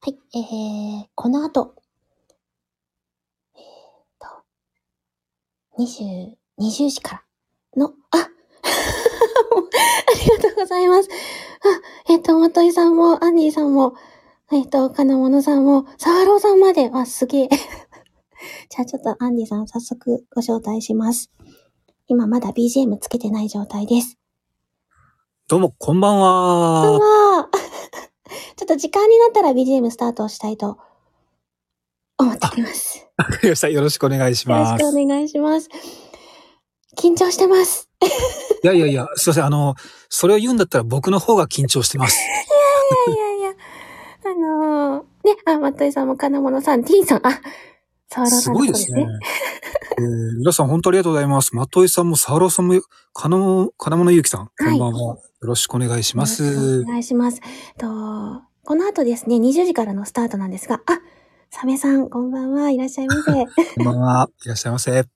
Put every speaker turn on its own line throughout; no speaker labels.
はい、えー、この後、えー、と、20、20時からの、あ ありがとうございます。あ、えっ、ー、と、まといさんも、アンディさんも、えっ、ー、と、金物さんも、サワローさんまで、わ、すげえ。 じゃあちょっとアンディさん早速ご招待します。今まだ BGM つけてない状態です。
どうも、こんばん
こんばん
は。
は。ちょっと時間になったら BGM スタートしたいと思っています。
わかりました。 よろしくお願いし
よろし
ま
く
す。
お願いします。緊張してます。
いやいやいや、すいません。あの、それを言うんだったら僕の方が緊張してます。
いやいやいや。あのー、ね、あ、まといさんも金物さん、T さん、あ、沢田
す
さんも
ご
そ
いうですね。。えー皆さん本当ありがとうございます。まといさんも、サーローさんも、かなも、金物ゆうきさん、こんばんは。よろしくお願いしま
よろし
す
くお。願いします。と、この後ですね、20時からのスタートなんですが、あ、サメさん、こんばんは、いらっしゃいませ。
こんばんは。いらっしゃいませ。
えっと、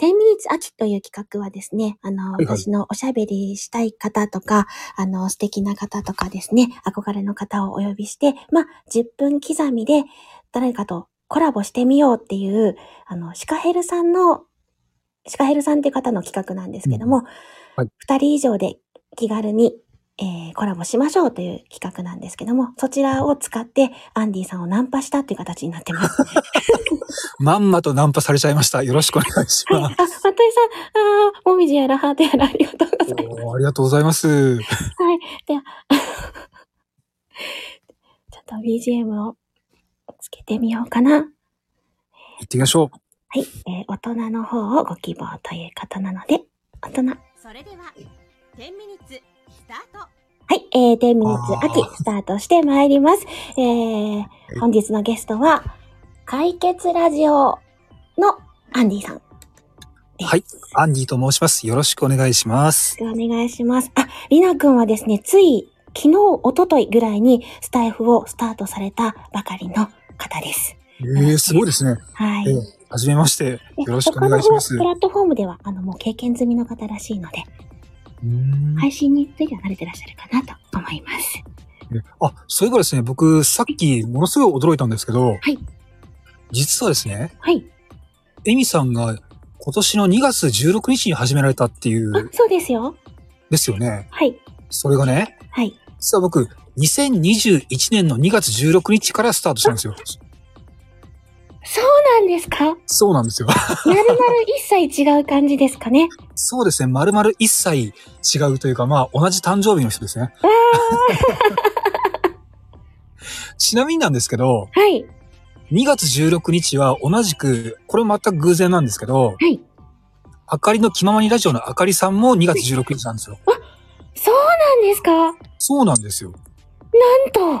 10 minutes 秋という企画はですね、あの、
はいはい
私のおしゃべりしたい方とか、あの、素敵な方とかですね、憧れの方をお呼びして、まあ、10分刻みで誰かとコラボしてみようっていう、あの、シカヘルさんの、シカヘルさんっていう方の企画なんですけども、
はい
2人以上で気軽に、えーコラボしましょうという企画なんですけども、そちらを使ってアンディさんをナンパしたっていう形になってます。
まんまとナンパされちゃいました。よろしくお願いし
はい。あ、
ます。
またいさん、あーもみじやらハートやらありがとうございます。
おーありがとうございます。
はい。では、ちょっと BGM をつけてみようかな。は
行ってみましょう。
い。えー大人の方をご希望という方なので、大人。は
それでは10ミニッツスタート
い。えー、10ミニッツ
あー
秋スタートしてまいります。えー、本日のゲストは、解決ラジオのアンディさん。
はい。アンディと申します。よろしくお願いします。
よろしくお願いします。あ、りなくんはですね、つい昨日、一昨日ぐらいにスタイフをスタートされたばかりの方です。
えー、すごいですね。
はい。
えー、はじめまして。よろしくお願いします。
他のプラットフォームでは、あの、もう経験済みの方らしいので、
うーん
配信については慣れてらっしゃるかなと思います。
あ、そういえばですね、僕、さっき、ものすごい驚いたんですけど、
はい
実はですね、
はい。
エミさんが今年の2月16日に始められたってい
あ
う、、
そうですよ。
ですよね。
はい。
それがね、
はい。
実は僕、2021年の2月16日からスタートしたんですよ。
そうなんですか
そうなんですよ。
まるまる一切違う感じですかね。
そうですね、まるまる一切違うというか、まあ、同じ誕生日の人ですね。 ちなみになんですけど、
はい。
2月16日は同じく、これも全く偶然なんですけど、
はい。
あかりの気ままにラジオのあかりさんも2月16日なんですよ。
そうなんですかなん
そうなんですよ。
と。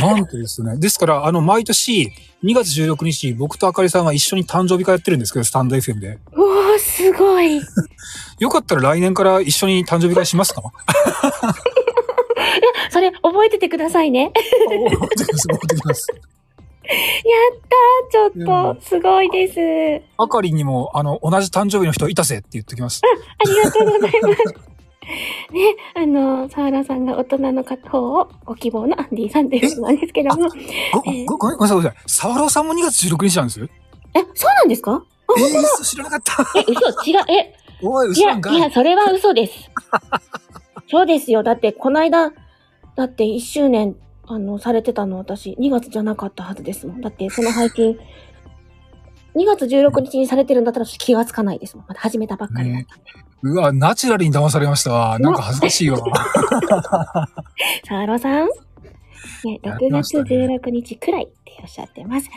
なんとですね。ですから、あの、毎年、2月16日、僕とあかりさんは一緒に誕生日会やってるんですけど、スタンド FM で。
うおー、すごい。
よかったら来年から一緒に誕生日会 しますか覚
それ、覚えててくださいね。
えてます、覚えてます。
やったー、ちょっ
う
と、すごいです。あ
あかりにも、あの、同じ誕生日の人いたぜって言ってきます。
りがとうござい ます。ね、あの、沢田さんが大人の方をご希望のアンディさんということなんですけども。
ご、
えー
ご、ごめんごめんなさい、ごめんなさい。サワローさんも2月16日なんですえ
え、そうなんですか
ー、嘘知らなかった。
え、嘘、違う、え、
おい、
い
嘘
や、
なんか
い
い。
や、それは嘘 です。そうですよ。だって、この間、だって1周年、あの、されてたの私、2月じゃなかったはずですもん。だって、その配信、2月16日にされてるんだったら私気がつかないですもん。まだ始めたばっかりだったんで。
うわ、ナチュラルに騙されましたわ。なんか恥ずかしいわ。
サーロさん、ね、
やって
6
まし
月
たね
16日くらいっておっしゃってます。で、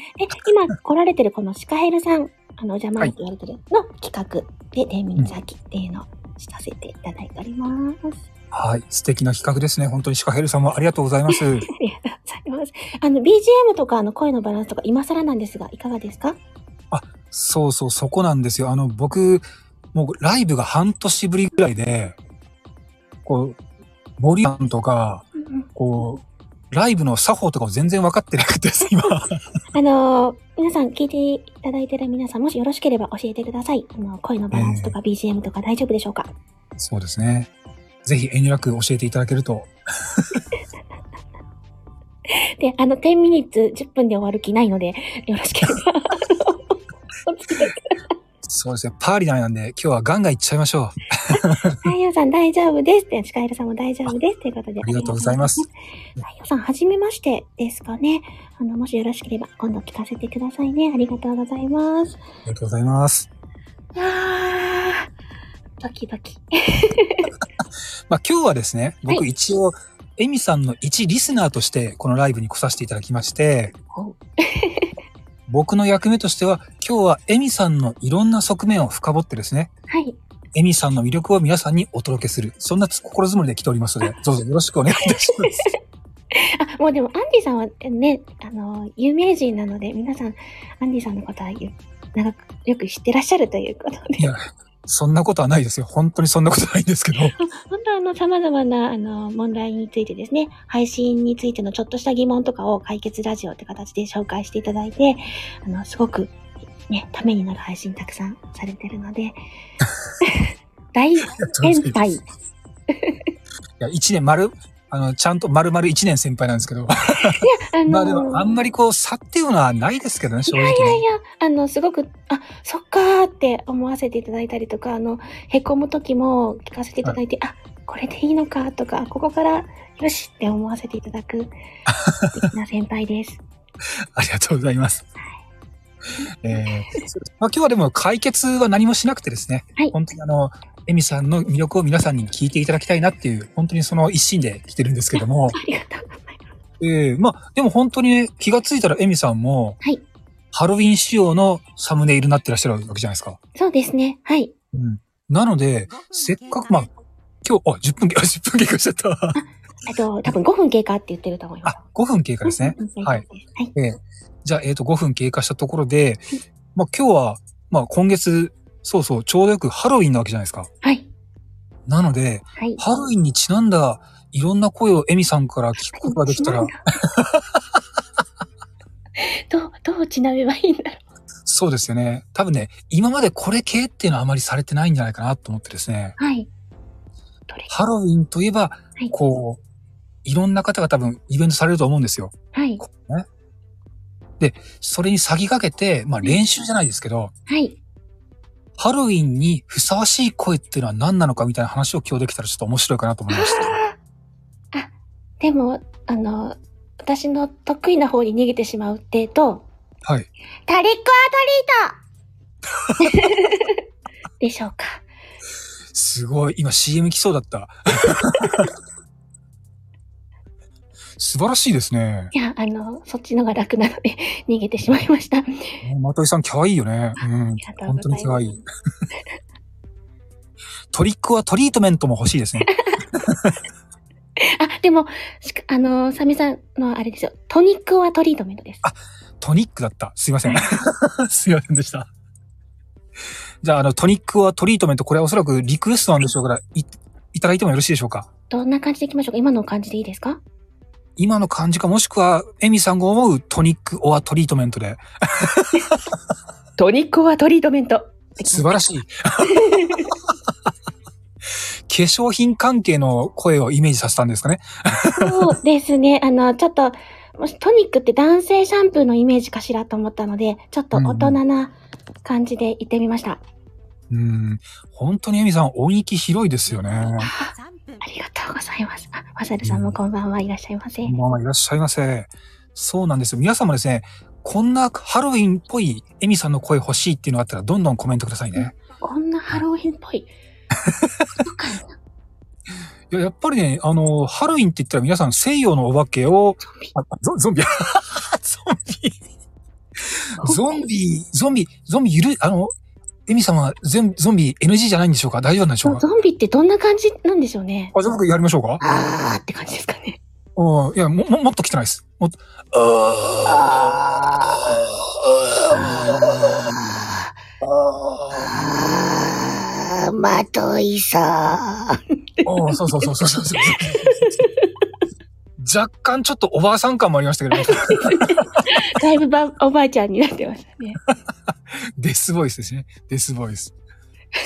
今来られてるこのシカヘルさん、あの、お邪魔って言われてるの企画で、天秤崎っていうのをさせていただいております。
はい。素敵な企画ですね。本当にシカヘルさんもありがとうございます。
ありがとうございます。あの、BGM とかあの声のバランスとか今更なんですが、いかがですか
そうそう、そこなんですよ。あの、僕、もうライブが半年ぶりぐらいで、こう、森さんとか、こう、ライブの作法とかを全然分かってなくてです、今。
あのー皆さん聞いていただいてる皆さん、もしよろしければ教えてください。あの、声のバランスとか BGM とか大丈夫でしょうか、
そうですね。ぜひ遠慮なく教えていただけると。
で、あの、10ミニッツ10分で終わる気ないので、よろしければ。お付き合いく
そうですね。パーリナイなんで、今日はガンガンいっちゃいましょう。
ださい。太陽さん大丈夫です。で、シカエルさんも大丈夫です。ということで。
ありがとうございます。
太陽さん、はじめましてですかね。あの、もしよろしければ、今度聞かせてくださいね。ありがとうございます。
ありがとうございます。
いやー、ドキドキ。
まあ今日はですね、僕
は
一応、エミさんの一リスナーとして、このライブに来させていただきまして
お、
僕の役目としては、今日はエミさんのいろんな側面を深掘ってですね、
はい。
エミさんの魅力を皆さんにお届けする、そんな心づもりで来ておりますの で、どうぞよろしくお願いいたします。
あ、もうでも、アンディさんはね、あの、有名人なので、皆さん、アンディさんのことはよ長く、よく知ってらっしゃるということで
い。や、そんなことはないですよ。本当にそんなことないんですけど。
本当はあの、様々な、あの、問題についてですね、配信についてのちょっとした疑問とかを解決ラジオって形で紹介していただいて、あの、すごく、ね、ためになる配信たくさんされてるの で、大先輩
い。や、一年丸、あの、ちゃんと丸々一年先輩なんですけど。
あ
まあでも、あんまりこう、差っていうのはないですけどね、正直ね。
いや、あの、すごく、あ、そっかーって思わせていただいたりとか、あの、へこむ時も聞かせていただいて、あ、これでいいのかとか、ここから、よしって思わせていただく、素敵な先輩 です。
ありがとうございます。えーまあ、今日はでも解決は何もしなくてですね、
はい
本当にあの、エミさんの魅力を皆さんに聞いていただきたいなっていう、本当にその一心で来てるんですけども、
ありがとうございます。
えーまあ、でも本当にね、気がついたらエミさんも、
はい
ハロウィン仕様のサムネイルになってらっしゃるわけじゃないですか。
そうですね。はい。
うん。なので、せっかくまあ今日、あ、10分、あ、10分経過 しちゃった。
あと、多分5分経過って言ってると思います。
あ、5分経過ですね。
うん。うん
はい。
はい。
ええじゃあ、えっ、と、5分経過したところで、まあ今日は、まあ今月、そうそう、ちょうどよくハロウィンなわけじゃないですか。
はい。
なので、
はい。
ハロウィンにちなんだ、いろんな声をエミさんから聞くことができたら、
どう、どうちなめばいいんだろ
そうですよね。多分ね、今までこれ系っていうのはあまりされてないんじゃないかなと思ってですね。
う。はい。どれ
ハロウィンといえば、
はい
こう、いろんな方が多分イベントされると思うんですよ。
はい。
こうね。で、それに先駆けて、まあ練習じゃないですけど、
はい。
ハロウィンにふさわしい声っていうのは何なのかみたいな話を今日できたらちょっと面白いかなと思い ました。
でも、あの、私の得意な方に逃げてしまうってと、
は
トリ
い。
ックオアトリートでしょうか。
すごい。今 CM 来そうだ った。素晴らしいですね。
いや、あの、そっちのが楽なので、逃げてしまいました。あり
まといさん、可愛いよね。うん。
がとう
本
ご
当
ざ
に
い
可
ます。
愛い。トリックはトリートメントも欲しいですね。
あ、でも、しかあの、サメさんのあれですよ。トニックはトリートメントです。
トニックだった。すいません。 すいませんでした。じゃあ、あの、トニックはトリートメント、これはおそらくリクエストなんでしょうから、い、いただいてもよろしいでしょうか
どんな感じでいきましょうか今の感じでいいですか
今の感じかもしくは、エミさんが思うトニックオアトリートメントで、
トニックはトリートメント。
素晴らしい。化粧品関係の声をイメージさせたんですかね。
そうですね。あの、ちょっと、もしトニックって男性シャンプーのイメージかしらと思ったので、ちょっと大人な感じで行ってみました。
うん。本当にエミさん音域広いですよね。
三分
ありがとうございます。あ、ワサルさんもこんばんはいらっしゃいませ。
こんばんはいらっしゃいませ。そうなんですよ。皆さんもですね、こんなハロウィンっぽいエミさんの声欲しいっていうのがあったら、どんどんコメントくださいね。
こんなハロウィンっぽい。そうかない
ややっぱりね、あの、ハロウィンって言ったら皆さん西洋のお化けを、あゾゾンビ、 ゾンビ。ゾンビ、ゾンビ、ゾンビゆる、あの、エミさんはゾンゾンビ NG じゃないんでしょうか大丈夫なんでしょうか
ゾンビってどんな感じなんでしょうね。
あ、じゃあ僕やりましょうか
あーって感じですかね。
うんいや、も、ももっと汚いです。もっと、
あー、まといさー。
ああ、そうそうそうそうそうそうそう。 若干ちょっとおばあさん感もありましたけど、
だいぶばおばあちゃんになってました ね。
デスボイスですね。デスボイス。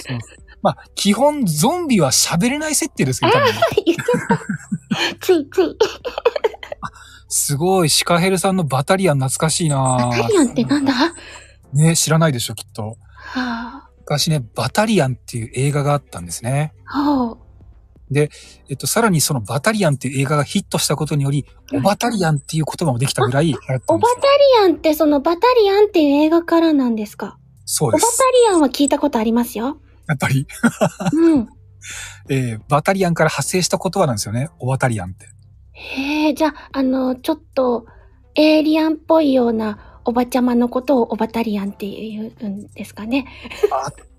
そうまあ、基本ゾンビは喋れない設定ですけど、多分ね
言ってた。ついつい。
すごい。シカヘルさんのバタリアン懐かしいな
バタリアンってなんだは
ね、知らないでしょ、きっと。
あ。
昔ね、バタリアンっていう映画があったんですね。
は
えっと、さらにそのバタリアンっていう映画がヒットしたことにより、オバタリアンっていう言葉もできたぐらい流行っ
あ。
た
オ
んで
バ
す
タ
よ。
リアンってそのバタリアンっていう映画からなんですか
そう
オバ
で
タ
す。
リアンは聞いたことあります よ。
やっぱり、
うん。
えーバタリアンから派生した言葉なんですよね。オバタリアンって。
へえ、じゃあ、あの、ちょっと、エイリアンっぽいようなおばちゃまのことをオバタリアンって言うんですかね。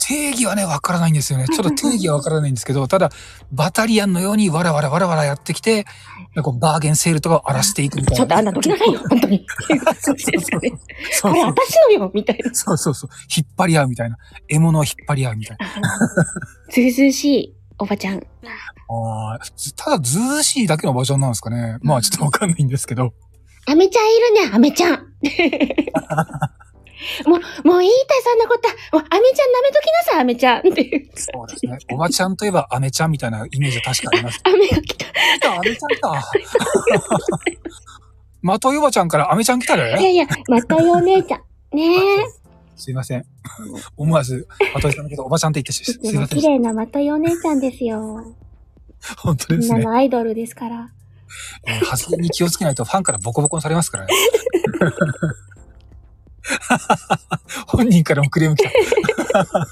定義はね、わからないんですよね。ちょっと定義はわからないんですけど、ただ、バタリアンのようにわらわらわらわらやってきて、なんかバーゲンセールとかを荒らしていくみたい
ち
な。
ょっとあんなどきなさいよ、本当に。っていう感じですかね。
そ
あ
う
れ、
そう
私のよみたいな。
そうそうそう。引っ張り合うみたいな。獲物を引っ張り合うみたいな。
ずうずうしいおばちゃん。
あーずただ、ずうしいだけのバージョンなんですかね。まあ、ちょっとわかんないんですけど。
アメちゃんいるね、アメ ちゃん。もう、もういいって、そんなこと。もうアメちゃん舐めときなさい、アメちゃん。っていう。
そうですね。 おばちゃんといえば、アメちゃんみたいなイメージは確かあ ります。
アメが来た。
来た、アメちゃん来た。 まといおばちゃんからアメちゃん来た
いや
で
いや、またよお姉ちゃ ん。ねえ。
すいません。思わず、まといさんのことおばちゃんって言ってしす
で
い
も
ませ
綺
ん。
麗なまたよお姉ちゃんですよ。
本当で
みん
す
な
ね。
のアイドルですから。
えー発言に気をつけないとファンからボコボコにされま すからね。本人からもクレーム来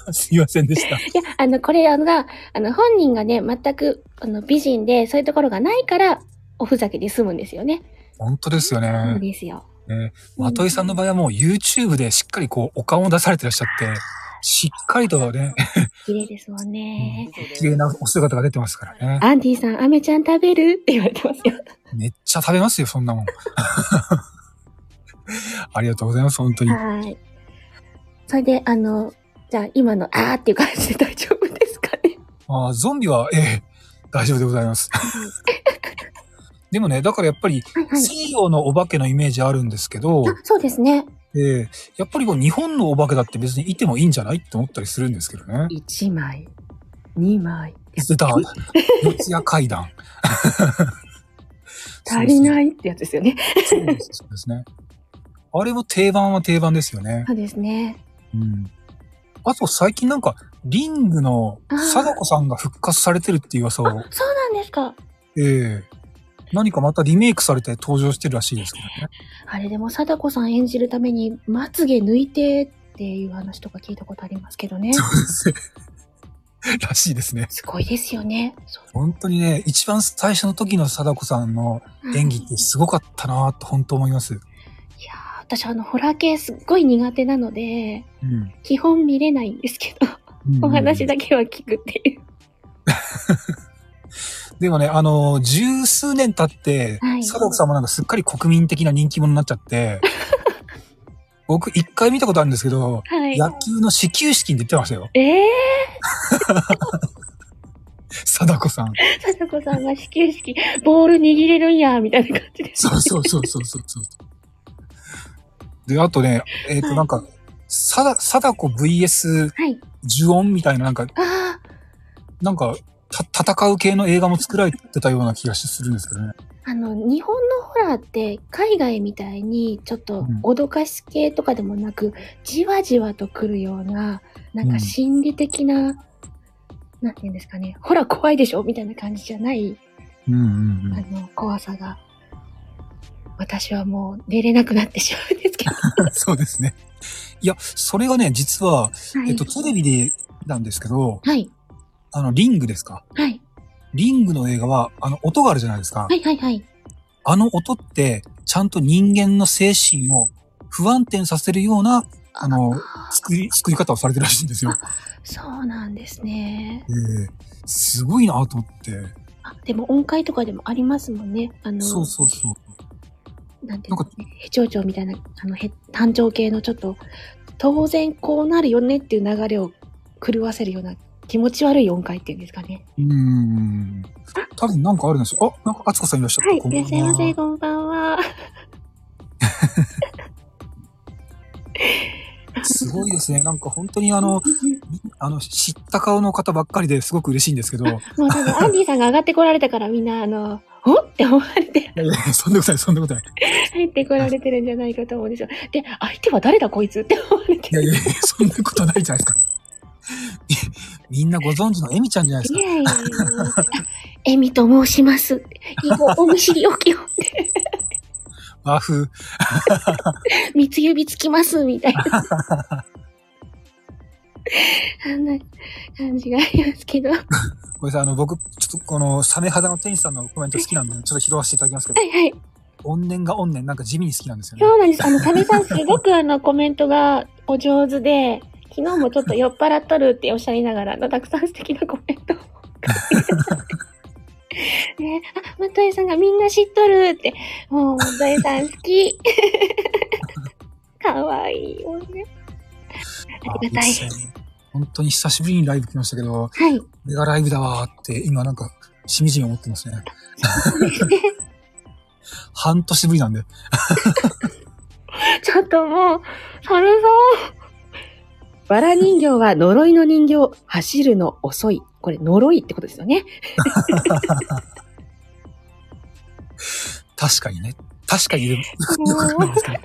た。 すいませんでした。
いや、あの、これ、あのが、あの、本人がね、全く、あの、美人で、そういうところがないから、おふざけで済むんですよね。
本当ですよ
そう
ね。
ですよ。
ねまといさんの場合はもう YouTube でしっかりこうお顔を出されてらっしゃって、しっかりとね、
綺麗ですもんね。
綺麗なお姿が出てますからね。
アンディさん、アメちゃん食べるって言われてますよ。
めっちゃ食べますよ、そんなも ん。ありがとうございます、本当に。
はい。それで、あの、じゃあ、今の、あーっていう感じで大丈夫ですかね。
あーゾンビは、ええ、大丈夫でござ います。でもね、だからやっぱり
はいはい。
西洋のお化けのイメージあるんですけど、
あそうですね。
えーやっぱりこう日本のお化けだって別にいてもいいんじゃないって思ったりするんですけどね。
1枚、2枚、
出た。四谷階段。。
足りないいってやつですよね。
そうですそうですね。あれも定番は定番ですよね。
そうですね。
うん。あと最近なんか、リングの
あー
貞子さんが復活されてるっていう噂
あ、
を、
そうなんですか。
ええ何かまたリメイクされて登場してるらしいですけどね。
あれでも、貞子さん演じるために、まつげ抜いてっていう話とか聞いたことありますけどね。
らしいですね。
すごいですよね。そう
本当にね、一番最初の時の貞子さんの演技っ
い
てすごかったなぁと本当思います。
やー、私あの、ホラー系すっごい苦手なので、
うん。
基本見れないんですけど、お話だけは聞くっていう。
でもね、あの、十数年経って、
はい
貞子さんもなんかすっかり国民的な人気者になっち ゃって、僕一回見たことあるんですけど、
はい。
野球の始球式に出てましたよ。
ええ
貞子さん。
ー、貞子さんが始球式、ボール握れるんや、みたいな感じです。
そうそうそうそうそうそう。 で、あとね、えっ、と、なんか、さだ、貞子 VS
はい。
呪音みたいな、なんか、
あ
なんか、た、戦う系の映画も作られてたような気がするんですけどね。
あ、あの、日本のホラーって、海外みたいに、ちょっと
うん
脅かし系とかでもなく、じわじわと来るような、なん
う
か
ん
心理的な、なんて言うんですかね、ほら怖いでしょみたいな感じじゃない、
うんうんう
あ
ん。
の、怖さが。私はもう寝れなくなってしまうんですけど。
そうですね。いや、それがね、実は、
はい
えっと、テレビでなんですけど、
はい。
あの、リングですか。
はい。
リングの映画は、あの、音があるじゃないですか。
はいはいはい。
あの音って、ちゃんと人間の精神を不安定にさせるような、あの、作り、作り方をされてるらしいんですよ。
そうなんですね。
ええすごいなと思って。
あでも音階とかでもありますもんね。あの、
そうそうそう。
なんていう
な
の、へちょうちょうみたいな、あの、へ、単調系のちょっと、当然こうなるよねっていう流れを狂わせるような気持ち悪い音階っていうんですかね。
うーん。多分なんかあるんですよ。あ、なんか、敦子さんいらっしゃった。
はい、
こん
い
ば
らっ
んは
しゃいませ、こんばんは。
すごいですね。なんか本当にあの、あの、知った顔の方ばっかりですごく嬉しいんですけど、
もう多分、アンディさんが上がってこられたからみんな、あの、 おって思われて
いやいやそんなことない、そんなことない。
入ってこられてるんじゃないかと思うんですよ。で、相手は誰だこいつって思われて
いやいやいや、そんなことないじゃないですか。みみんなご存知のエミちゃんじゃないです
い
か。
やいやいや。あエミと申し ます。以後、おむしりおきを。
和風。
三つ指つきます、みたいな。あんな感じがありますけど。はい
これさ、あの、僕、ちょっとこの、サメ肌の天使さんのコメント好きなんで、ちょっと拾わせていただきますけど、
はい。
怨念が怨念、なんか地味に好きなんですよね
そ。うなん です。あの、サメさんすごくあの、コメントがお上手で、昨日もちょっと酔っ払っとるっておっしゃりながら、あのたくさん素敵なコメントを。 ねあ、マトエさんがみんな知っとるって、もう、マトエさん好 き。かわいいよね。ありがたい。
あですね本当に久しぶりにライブ来ましたけど、
はい。
これがライブだわーって、今なんか、しみじみ思って ますね。半年ぶりなんで。
ちょっともう、サルさ
わら人形は呪いの人形、走るの遅い。これ呪いってことですよね。
確かにね。確かにいる。よ
ん。
くわかんないですけ ど。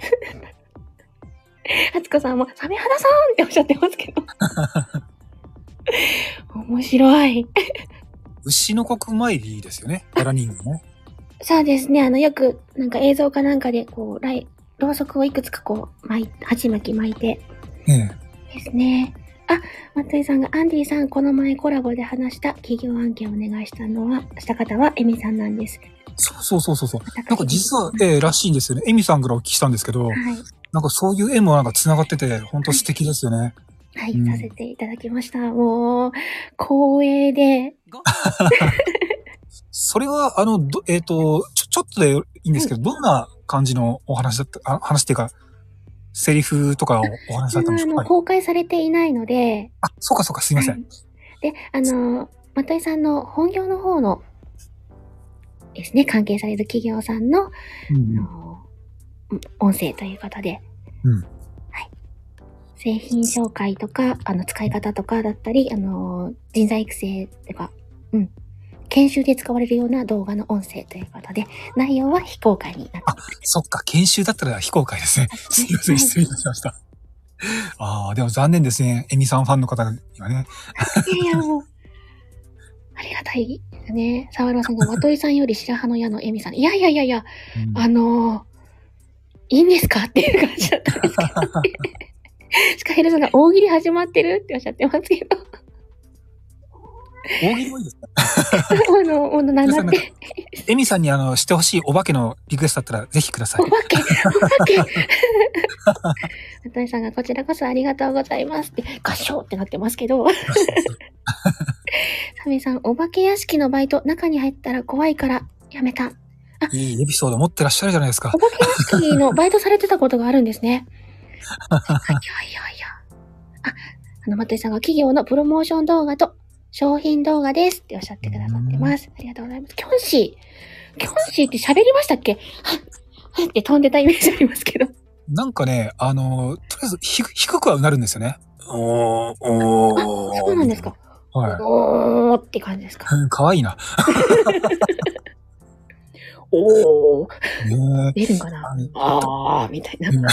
あつこさんも、サメ肌さんっておっしゃってますけ ど。面白い。
牛の国参りですよね。バラ人形ね。
そうですね。あの、よく、なんか映像かなんかで、こう、ライ、ろうそくをいくつかこう、巻い、鉢巻き巻いて。
ねえ
ですね。あ、松井さんが、アンディさん、この前コラボで話した企業案件をお願いしたのは、した方は、エミさんなんです。
そうそうそうそうそう。なんか実は、ええらしいんですよね。エミさんからお聞きしたんですけど、
は
なんかそういう絵もなんか繋がってて、本当素敵ですよね。
い。はい、
うん
させていただきました。もう、光栄で、
5分
それは、あの、どえっ、とちょ、ちょっとでいいんですけど、どんな感じのお話だった、あ話っていうか、セリフとかをお話しされたんで
あ
しょ
の、
うか、はい
公開されていないので、
あ、そうかそうか、すいません。
で、あの、まといさんの本業の方のですね、関係される企業さんの、
うん
あの音声ということで、
うん
はい。製品紹介とか、あの、使い方とかだったり、あの、人材育成とか、うん。研修で使われるような動画の音声ということで、内容は非公開になって
そっか、研修だったら非公開ですね。すいませ
は
ん、
い
失礼いたしました。ああ、でも残念ですね。エミさんファンの方にはね。
いやいや、もう。ありがたいね。沢村さんが、まといさんより白羽の矢のエミさん。いやいやいやいや、
うん
あのーいいんですかっていう感じだったんですけど、ね。シカヘルさんが大喜利始まってるっておっしゃってますけど、
大喜利もいいですね。
あの、もうなんだって、
エミさんにあの、してほしいお化けのリクエストだったらぜひくださ
お
い。
化け、お化け。まといさんがこちらこそありがとうございますって、合唱ってなってますけど、サメさん、お化け屋敷のバイト、中に入ったら怖いから、やめた。
いいエピソード持ってらっしゃるじゃないですか
お。化け屋敷 のバイトされてたことがあるんです ね。いやいやいや。あ、あの、まといさんが企業のプロモーション動画と商品動画ですっておっしゃってくださってます。ありがとうございます。キョンシー。キョンシーって喋りましたっけはっ、はっって飛んでたイメージありますけど。
なんかね、あの、とりあえずひ低くはうなるんですよね。おー、お
あ、そうなんですか。。
は
おーって感じですか。
い。かわいいな。
おー。
ね
出るんか
え
な
あの
あー、みたい な。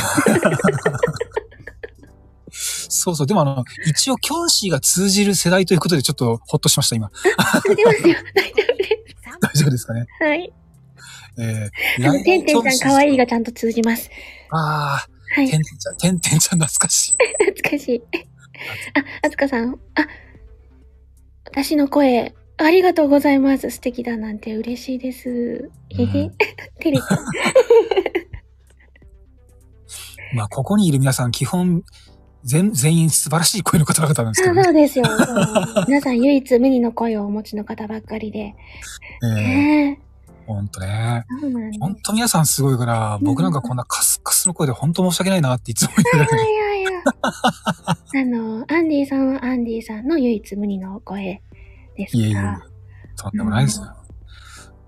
そうそう。でもあの、一応、キョンシーが通じる世代ということで、ちょっとほっとしました、今。
出ますよ。大丈夫で
3
大丈夫ですかね。
す。 はい。
え ー、
あの、てんてんちゃん可愛いがちゃんと通じます。
ああ、
はい。
てんてんちゃん、てんてんちゃん懐かしい。
懐かしい。あ、あつかさん、あ、私の声、ありがとうございます。素敵だなんて嬉しいです。へ
う
へ
ん。
照れた。
まあ、ここにいる皆さん、基本、全、全員素晴らしい声の方々なんですけど
あ
ね。
そうですよ。そう皆さん唯一無二の声をお持ちの方ばっかりで。
ええ
ね
ほんとね。
え。そうなんです。
ほんと皆さんすごいから、僕なんかこんなカスカスの声でほんと申し訳ないなっていつも言うだけ
い
で。
や いやいや。あの、アンディさんはアンディさんの唯一無二の声です
いえいえいえ
から。、
とんでもないですよ。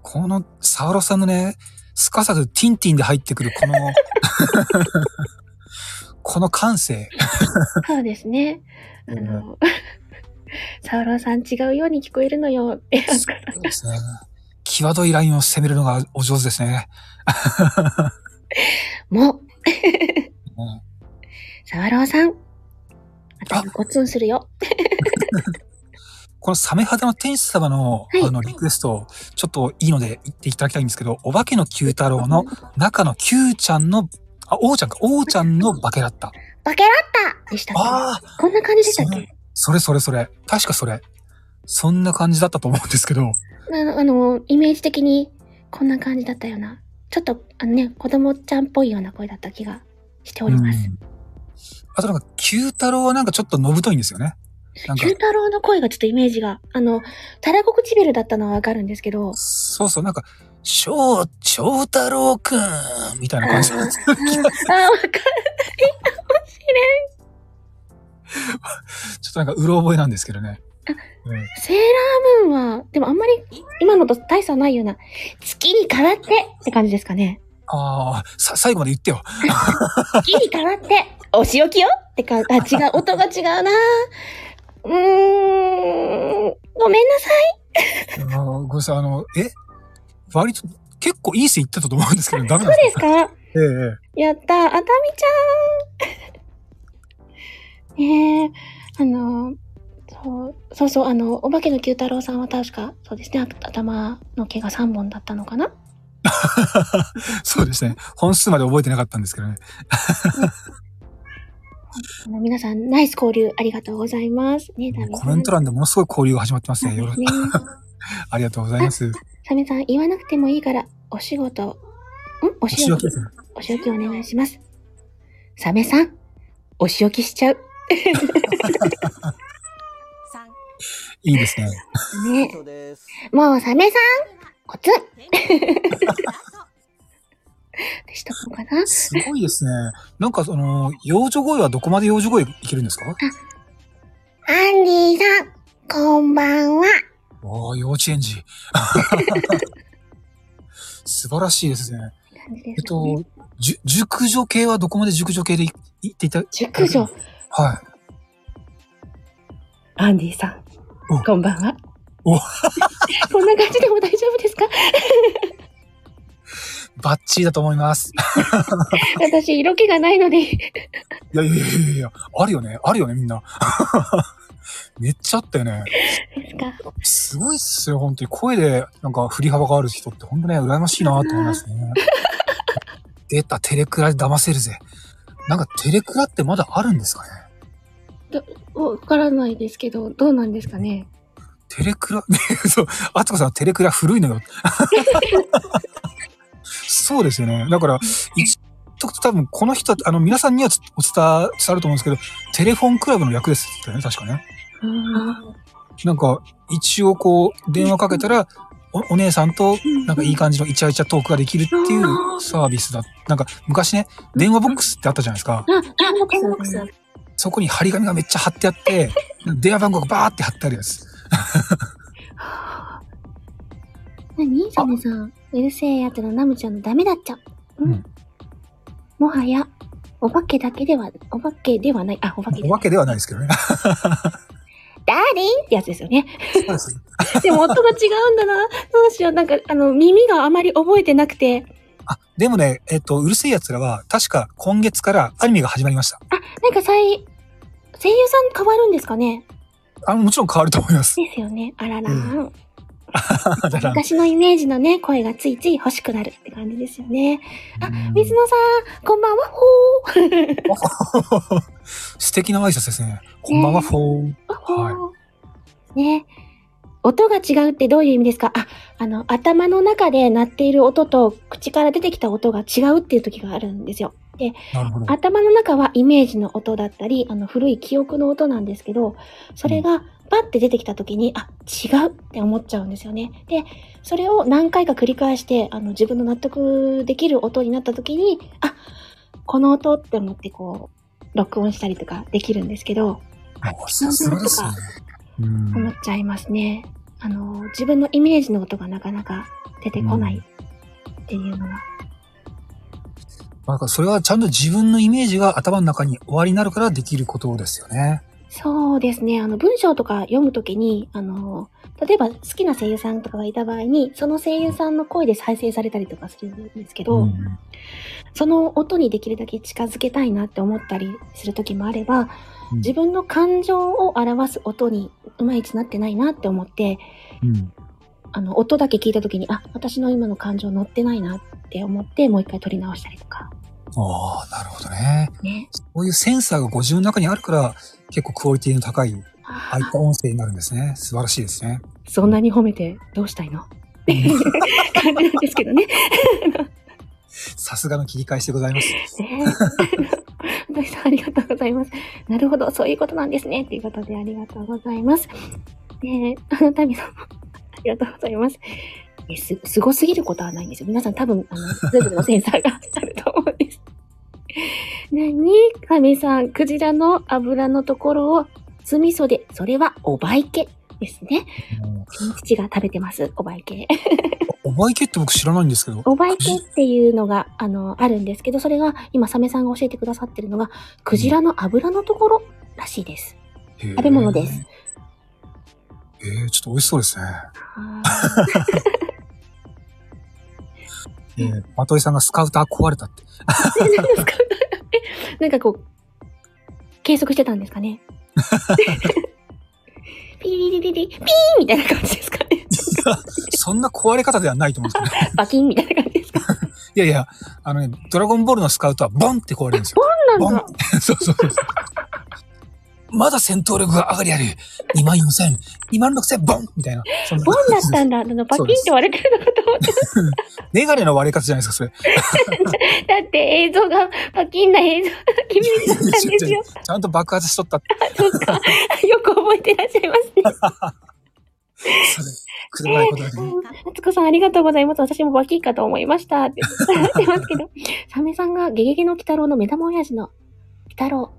この、サワロさんのね、すかさずティンティンで入ってくる この、この感 性。
そうですね。あ の、サウロさん違うように聞こえるのよって。
そうですね。際どいラインを攻めるのがお上手ですね。
も う、
うん
サワローさん。私もコツンするよ。
このサメ肌の天使様の,、
はい
あのリクエスト、ちょっといいので言っていただきたいんですけど、お化けの九太郎の中の九ちゃんの、あ、王ちゃんか、王ちゃんの化けだった。
バケラッタでしたっけ
ああ、
こんな感じでした
そ
っ
う
け
それそれそれ。確かそれ。そんな感じだったと思うんですけど、
あのあの、イメージ的にこんな感じだったような。ちょっと、あのね、子供ちゃんっぽいような声だった気がしております。
あとなんか、九太郎はなんかちょっとのぶといんですよね。なんか
九、太郎の声がちょっとイメージが、あの、たらこ唇だったのはわかるんですけど、
そうそう、なんか、翔、翔太郎くん、みたいな感じなんですよ。
あ、わかる。
ちょっとなんか、うろ覚えなんですけどね。うん
セーラームーンは、でもあんまり今のと大差ないような、月に変わってって感じですかね。
ああ、さ、最後まで言ってよ。
月に変わって、 お仕置きよってか、あ、違 う、音が違うなうーん、ごめんなさい。
あーごめんなさい、あの、え割と、結構いい線いってたと思うんですけど、ダメ
そ
なん
う
で
ですす
か
か
ええええ。
やったー、あたみちゃん。 ねえ、あの、そうそうそう、あの、お化けの九太郎さんは確か、そうですね、あ頭の毛が3本だったのかな
そうですね。本数まで覚えてなかったんですけどね。
あの皆さん、ナイス交流ありがとうございます。ねえ、ダミさん。
コメント欄でものすごい交流が始まってます
そう
ね。よ
で
ろ
すね。
ありがとうございます。
サメさん、言わなくてもいいから、お仕事、んお
お
仕
仕
置き
置きで、すね。
お仕置きお願いします。サメさん、お仕置きしちゃう。
三。
いいですね。
ね
そうです。
えもうサメさん、コ ツンってしとこうかな。
すごいですね。なんかその、幼女声はどこまで幼女声いけるんですか
アンディさん、こんばんは。
おー、幼稚園児。 素晴らしいですね。
感じで
えっ
すかね
と、じゅ熟女系はどこまで熟女系でいいっていた
熟女。
はい。
アンディさん
お、
こんばんは。こ
お
んな感じでも大丈夫ですか
バッチリだと思います。
私、色気がないので。
いやいやいやいやいや、あるよね、あるよね、みんな。 めっちゃあったよね。
ですか
すごいっすよ、本当に。声で、なんか、振り幅がある人って、本当ね、羨ましいなと思いますね。出た、テレクラで騙せるぜ。なんか、テレクラってまだあるんですかね
わからないですけど、どうなんですかね。
テレクラ、 ね、そう、あつこさんはテレクラ古いのよ。 そうですよね。だから、一と多分この人は、あの、皆さんにはつお伝わ伝わると思うんですけど、テレフォンクラブの役ですってね、確かね。なんか、一応こう、電話かけたら、おお姉さんと、なんかいい感じのイチャイチャトークができるっていうサービスだ。なんか、昔ね、電話ボックスってあったじゃないですか。
あ、天国さん
さん
そこに張り紙がめっちゃ貼ってあって、電話番号がバーって貼ってあるやつ。
何サメさん。うるせえやつのナムちゃんのダメだっちゃ。
うん
もはや、お化けだけでは、お化けではない。あ、お化けで
わ
はない。
けではないですけどね。
ダーリンってやつですよね。
そうです
でも音が違うんだな。どうしよう。なんか、あの、耳があまり覚えてなくて。
あ、でもね、えっと、うるせえ奴らは、確か今月からアニメが始まりました。
なんかさい、声優さん変わるんですかね
あの、もちろん変わると思います。
ですよね。あらら、
うんだから
私のイメージのね、声がついつい欲しくなるって感じですよね。あ、水野さん、こんばんは、ほー。
素敵な挨拶ですね。こんばんは、フォー。
はい。ね。音が違うってどういう意味ですかあ、あの、頭の中で鳴っている音と口から出てきた音が違うっていう時があるんですよ。
なるほど。
頭の中はイメージの音だったり、あの、古い記憶の音なんですけど、それがパッて出てきた時に、あ、違うって思っちゃうんですよね。で、それを何回か繰り返して、あの、自分の納得できる音になった時に、あ、この音って思ってこう、録音したりとかできるんですけど、
あさすがですね。う
思っ
ん。
ちゃいますね。あの、自分のイメージの音がなかなか出てこないっていうのは。
なんか、それはちゃんと自分のイメージが頭の中に終わりになるからできることですよね。
そうですね。あの、文章とか読むときに、あの、例えば好きな声優さんとかがいた場合に、その声優さんの声で再生されたりとかするんですけど、
うん
その音にできるだけ近づけたいなって思ったりするときもあれば、
うん
自分の感情を表す音にうまいちなってないなって思って、
うん
あの、音だけ聞いたときに、あ、私の今の感情乗ってないなって思って、もう一回取り直したりとか。
ああ、なるほどね。
ね。
こういうセンサーがご自分の中にあるから、結構クオリティの高い、ああいった音声になるんですね。素晴らしいです ね。
そんなに褒めてどうしたいのっていう感じなん ですけどね。
さすがの切り返しでございます。
ね 本当にさんありがとうございます。なるほど、そういうことなんですね。ということでありがとうございます。ねえ、あの、タミさんもありがとうございます。えす、すごすぎることはないんですよ。皆さん多分、あの、それぞれのセンサーがあると思うんです。 なに、タミさん、クジラの油のところを酢味噌で、それはおばいけですね。
も
父が食べてます、おばいけ。
うおばいけって僕知らないんですけど。
おばいけっていうのが、あの、あるんですけど、それが、今、サメさんが教えてくださってるのが、クジラの油のところらしいです。
食
食べ物です。
えー、ちょっと美味しそうですね。えー、まといさんがスカウター壊れたって。
え、何ですかえ、なんかこう、計測してたんですか ねピリリリリ、ピーみたいな感じですか ね
そんな壊れ方ではないと思うんですけど。
バキンみたいな感じですか
いやいや、あのね、ドラゴンボールのスカウターはボンって壊れるんですよ。
なんだ
そうそうそうそう。まだ戦闘力が上がりある。2万4千、2万6千、ボンみたいな。そんな
ボンだ
感
っ
じです
たんだ。あの、バキンって割れてるのかと思って。
メガネの割れ方じゃないですか、それ。
だって映像が、バキンな映像が 君になったんですよ。
ちゃんと爆発しとったって。
そうか。よく覚えてらっしゃいますね。
それ、くだらないこと だけど。
夏子さん、ありがとうございます。私もバキッかと思いました。って 言ってますけど。サメさんが、ゲゲゲの鬼太郎の目玉親父の、鬼太郎。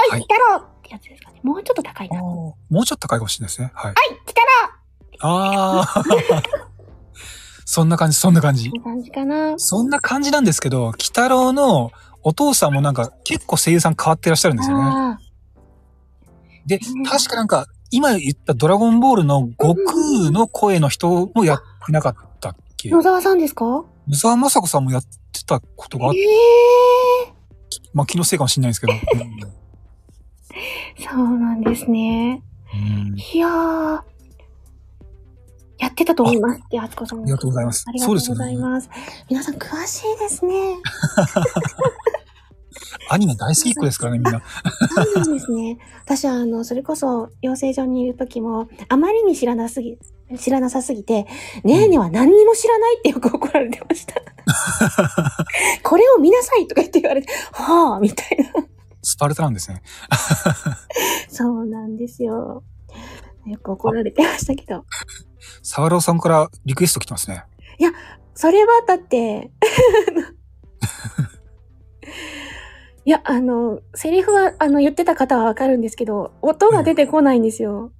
おい、
はい
鬼太郎ってやつですかね。もうちょっと高いな。
もうちょっと高いかもしれないですね。は
はい、
い。
来たら
ああ。 そんな感じ、そんな感じ
こん。な感じかな。
そんな感じなんですけど、鬼太郎のお父さんもなんか結構声優さん変わってらっしゃるんですよね。
あ
で、確かなんか今言ったドラゴンボールの悟空の声の人もやってなかったっけ
ー野沢さんですか
宇沢雅子さんもやってたことがあっ
え
まあ気のせいかもしれないです けど。うん
えそうなんですね。
うん
いやー。やってたと思います。で、夏子さん。
ありがとうございます
ありがとうご
そう
ざ
です
い
よね
ます。皆さん、詳しいですね。
アニメ大好きっ子ですからね、みんな。
そうなんですね。私は、あの、それこそ、養成所にいる時も、あまりに知らなすぎ、知らなさすぎて、ねえねは何にも知らないってよく 怒られてました。これを見なさいとか言って言われて、はあ、みたいな。
スパルタなんですね。
そうなんですよ。よく怒られてましたけど。
サワローさんからリクエスト来てますね。
それはだって、いや、あの、セリフは、あの、言ってた方はわかるんですけど、音が出てこないんですよ。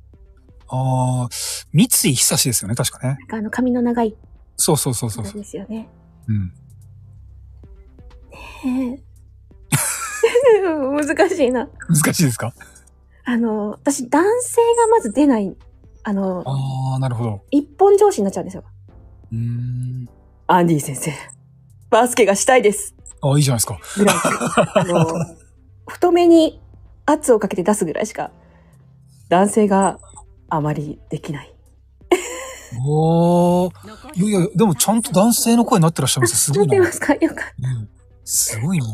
ああ、三井久志ですよね、確かね。
なんかあの、髪の長い
そうそうそうそ
方
うそう。
ですよね。
うん。
ねえ 難しいな。
難しいですか
あの、私、男性がまず出ない、あの、
ああ、なるほど。
一本上司になっちゃうんですよ。
うーん。
アンディ先生、バスケがしたいです。
ああ、いいじゃないですか。
ぐらい。あの、 太めに圧をかけて出すぐらいしか、男性があまりできない。
おー。いやいや、でもちゃんと男性の声になってらっしゃいます。すご
な
い
って
な。
ますかよかっ
うんすごいな。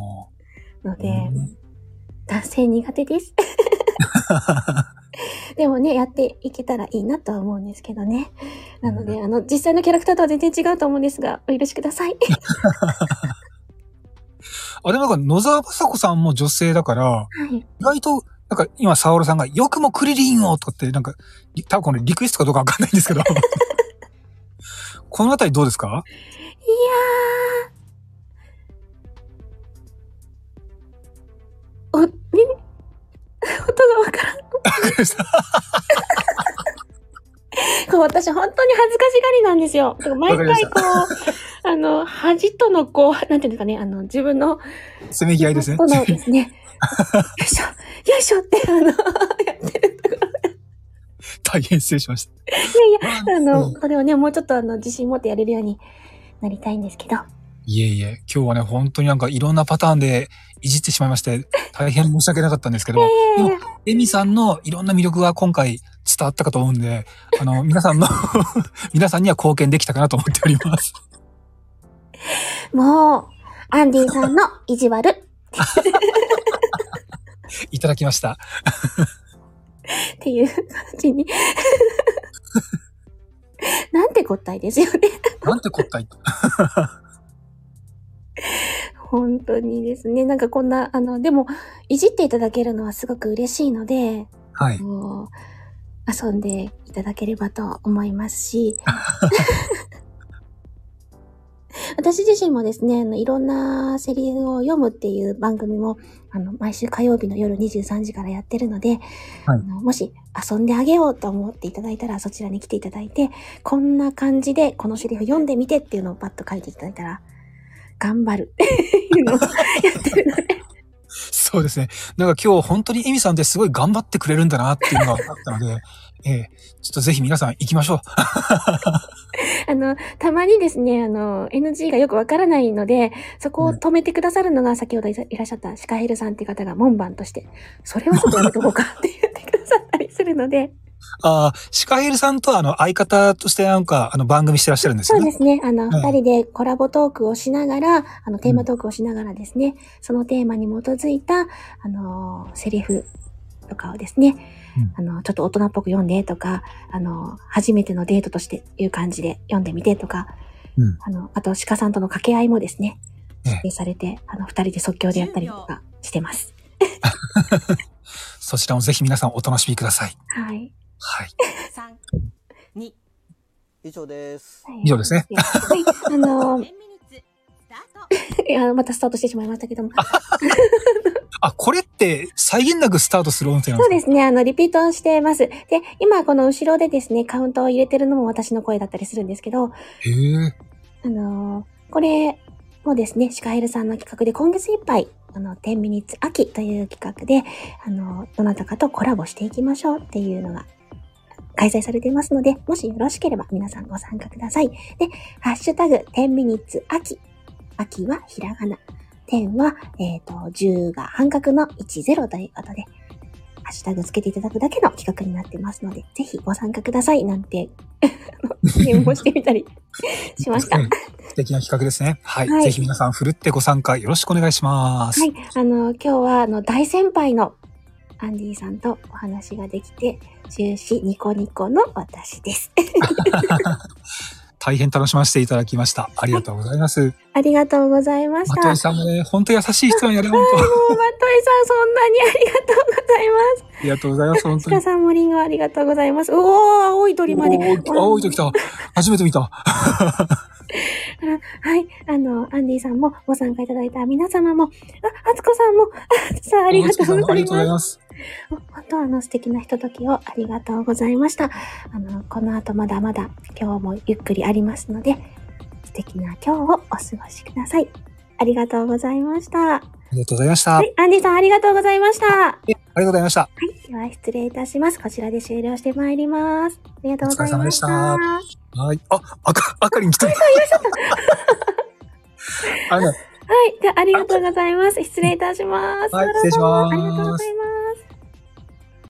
たので、
うん
男性苦手 です。でもね、やっていけたらいいなとは思うんですけどね。なので、あの、実際のキャラクターとは全然違うと思うんですが、お許しください。
あれなんか野沢雅子さんも女性だから、
はい。
意外と、なんか今、サオルさんが、よくもクリリンをとかって、なんか、り多分これリクエストかどうかわかんないんですけど。 このあたりどうですか
お、み、音がわからん。こう私本当に恥ずかしがりなんですよ。てか毎
わかりま
回
し
こう、ああの、恥とのこう、なんていうんですかね、あの、自分の、
せめぎ合いですね
そ。うなんですね。よいしょ、よいしょって、あの、やってるところ。
大変失礼しました。
いやいや、あ
う
の、
ん
これをね、もうちょっとあの、自信持ってやれるようになりたいんですけど。
いえいえ、今日はね、本当になんかいろんなパターンでいじってしまいまして、大変申し訳なかったんですけど、 でも、エミさんのいろんな魅力が今回伝わったかと思うんで、あの、皆さんの、 皆さんには貢献できたかなと思っております。
もう、アンディさんの意地悪
いただきました。
っていう感じ に。なんて答えですよね。
なんてこったい。
本当にですね。なんかこんな、あの、でも、いじっていただけるのはすごく嬉しいので、
はい。
こう、遊んでいただければと思いますし、私自身もですね、あのいろんなセリフを読むっていう番組も、あの、毎週火曜日の夜23時からやってるので、あのもし遊んであげようと思っていただいたら、そちらに来ていただいて、こんな感じでこのセリフ読んでみてっていうのをパッと書いていただいたら、頑張る っていうのをやってるので、
そうですね。なんか今日本当にエミさんってすごい頑張ってくれるんだなっていうのが分かったので、 ええちょっとぜひ皆さん行きましょう。
あの、たまにですね、あの、NG がよくわからないので、そこを止めてくださるのが、先ほどいらいらっしゃったシカヘルさんって方が門番として、それはちょっとやめとこうかって言ってくださったりするので、
ああ、シカヘルさんとあの相方としてなんかあの番組してらっしゃるんです
そ
よ
う
ね。
ですね、あの、
ん
二人でコラボトークをしながら、あの、テーマトークをしながらですね、そのテーマに基づいた、あの、セリフとかをですね、あの、ちょっと大人っぽく読んでとか、あの、初めてのデートとしていう感じで読んでみてとか、
うん
あの、あと鹿さんとの掛け合いもですね、
ええ
指定されて、あの、二人で即興でやったりとかしてます。
そちらもぜひ皆さんお楽しみください。
はい。
はい。
三、二、
以上です。
はい
以上ですね。
はい。あ
10
の
ミ、ニッツスタート。
いやまたスタートしてしまいましたけども、
あ、これって際限なくスタートする音声なん
そう
で
ですすね、あの、リピートをしてます。で、今この後ろでですね、カウントを入れてるのも私の声だったりするんですけど、
かへえ。
あのーこれもですね、シカヘルさんの企画で今月いっぱい、あの、10ミニッツ秋という企画で、あの、どなたかとコラボしていきましょうっていうのが開催されていますので、もしよろしければ皆さんご参加ください。で、ハッシュタグ10ミニッツ秋。秋はひらがな。10は、えっ、と、10が半角の10ということで、ハッシュタグつけていただくだけの企画になってますので、ぜひご参加くださいなんて、あの DM をしてみたりしました
う。ん素敵な企画ですね。はい。
はい
ぜひ皆さん、ふるってご参加よろしくお願いします。
はい、あの、今日は、あの、大先輩のアンディさんとお話ができて、終始ニコニコの私です。
大変楽しませていただきました。ありがとうございます。
ありがとうございました。
ま
はいもう、
と
まといさ
いさんもね、本当優しい人なんやで、本
ん、そんなにありがとうございま
当。ありがとうございます、本
す。
当
鹿
に。
さんもリンゴありがとうございます。うおー、青い鳥まで。
おー青いときた。初めて見た。
はい、あの、アンディさんもご参加いただいた皆様も、あ、あつこさんも、あつさんありがとうご
あ
ざ
り
い
がとうご
ま
ざい
す。
ます。
本当あの素敵なひとときをありがとうございました。あの、この後まだまだ今日もゆっくりありますので、素敵な今日をお過ごしください。ありがとうございました。は
ありがとうございました。あり
い、アンディさんありがとうございました。は
がとうございました。
い、では失礼いたします。こちらで終了してまいります。ありがとうございました。
お疲れ様ではい。あ、赤、赤に来た。 あれ
は
ね
い、ではありがとうございます。失礼いたします。
はい失礼します
ありがとうございます。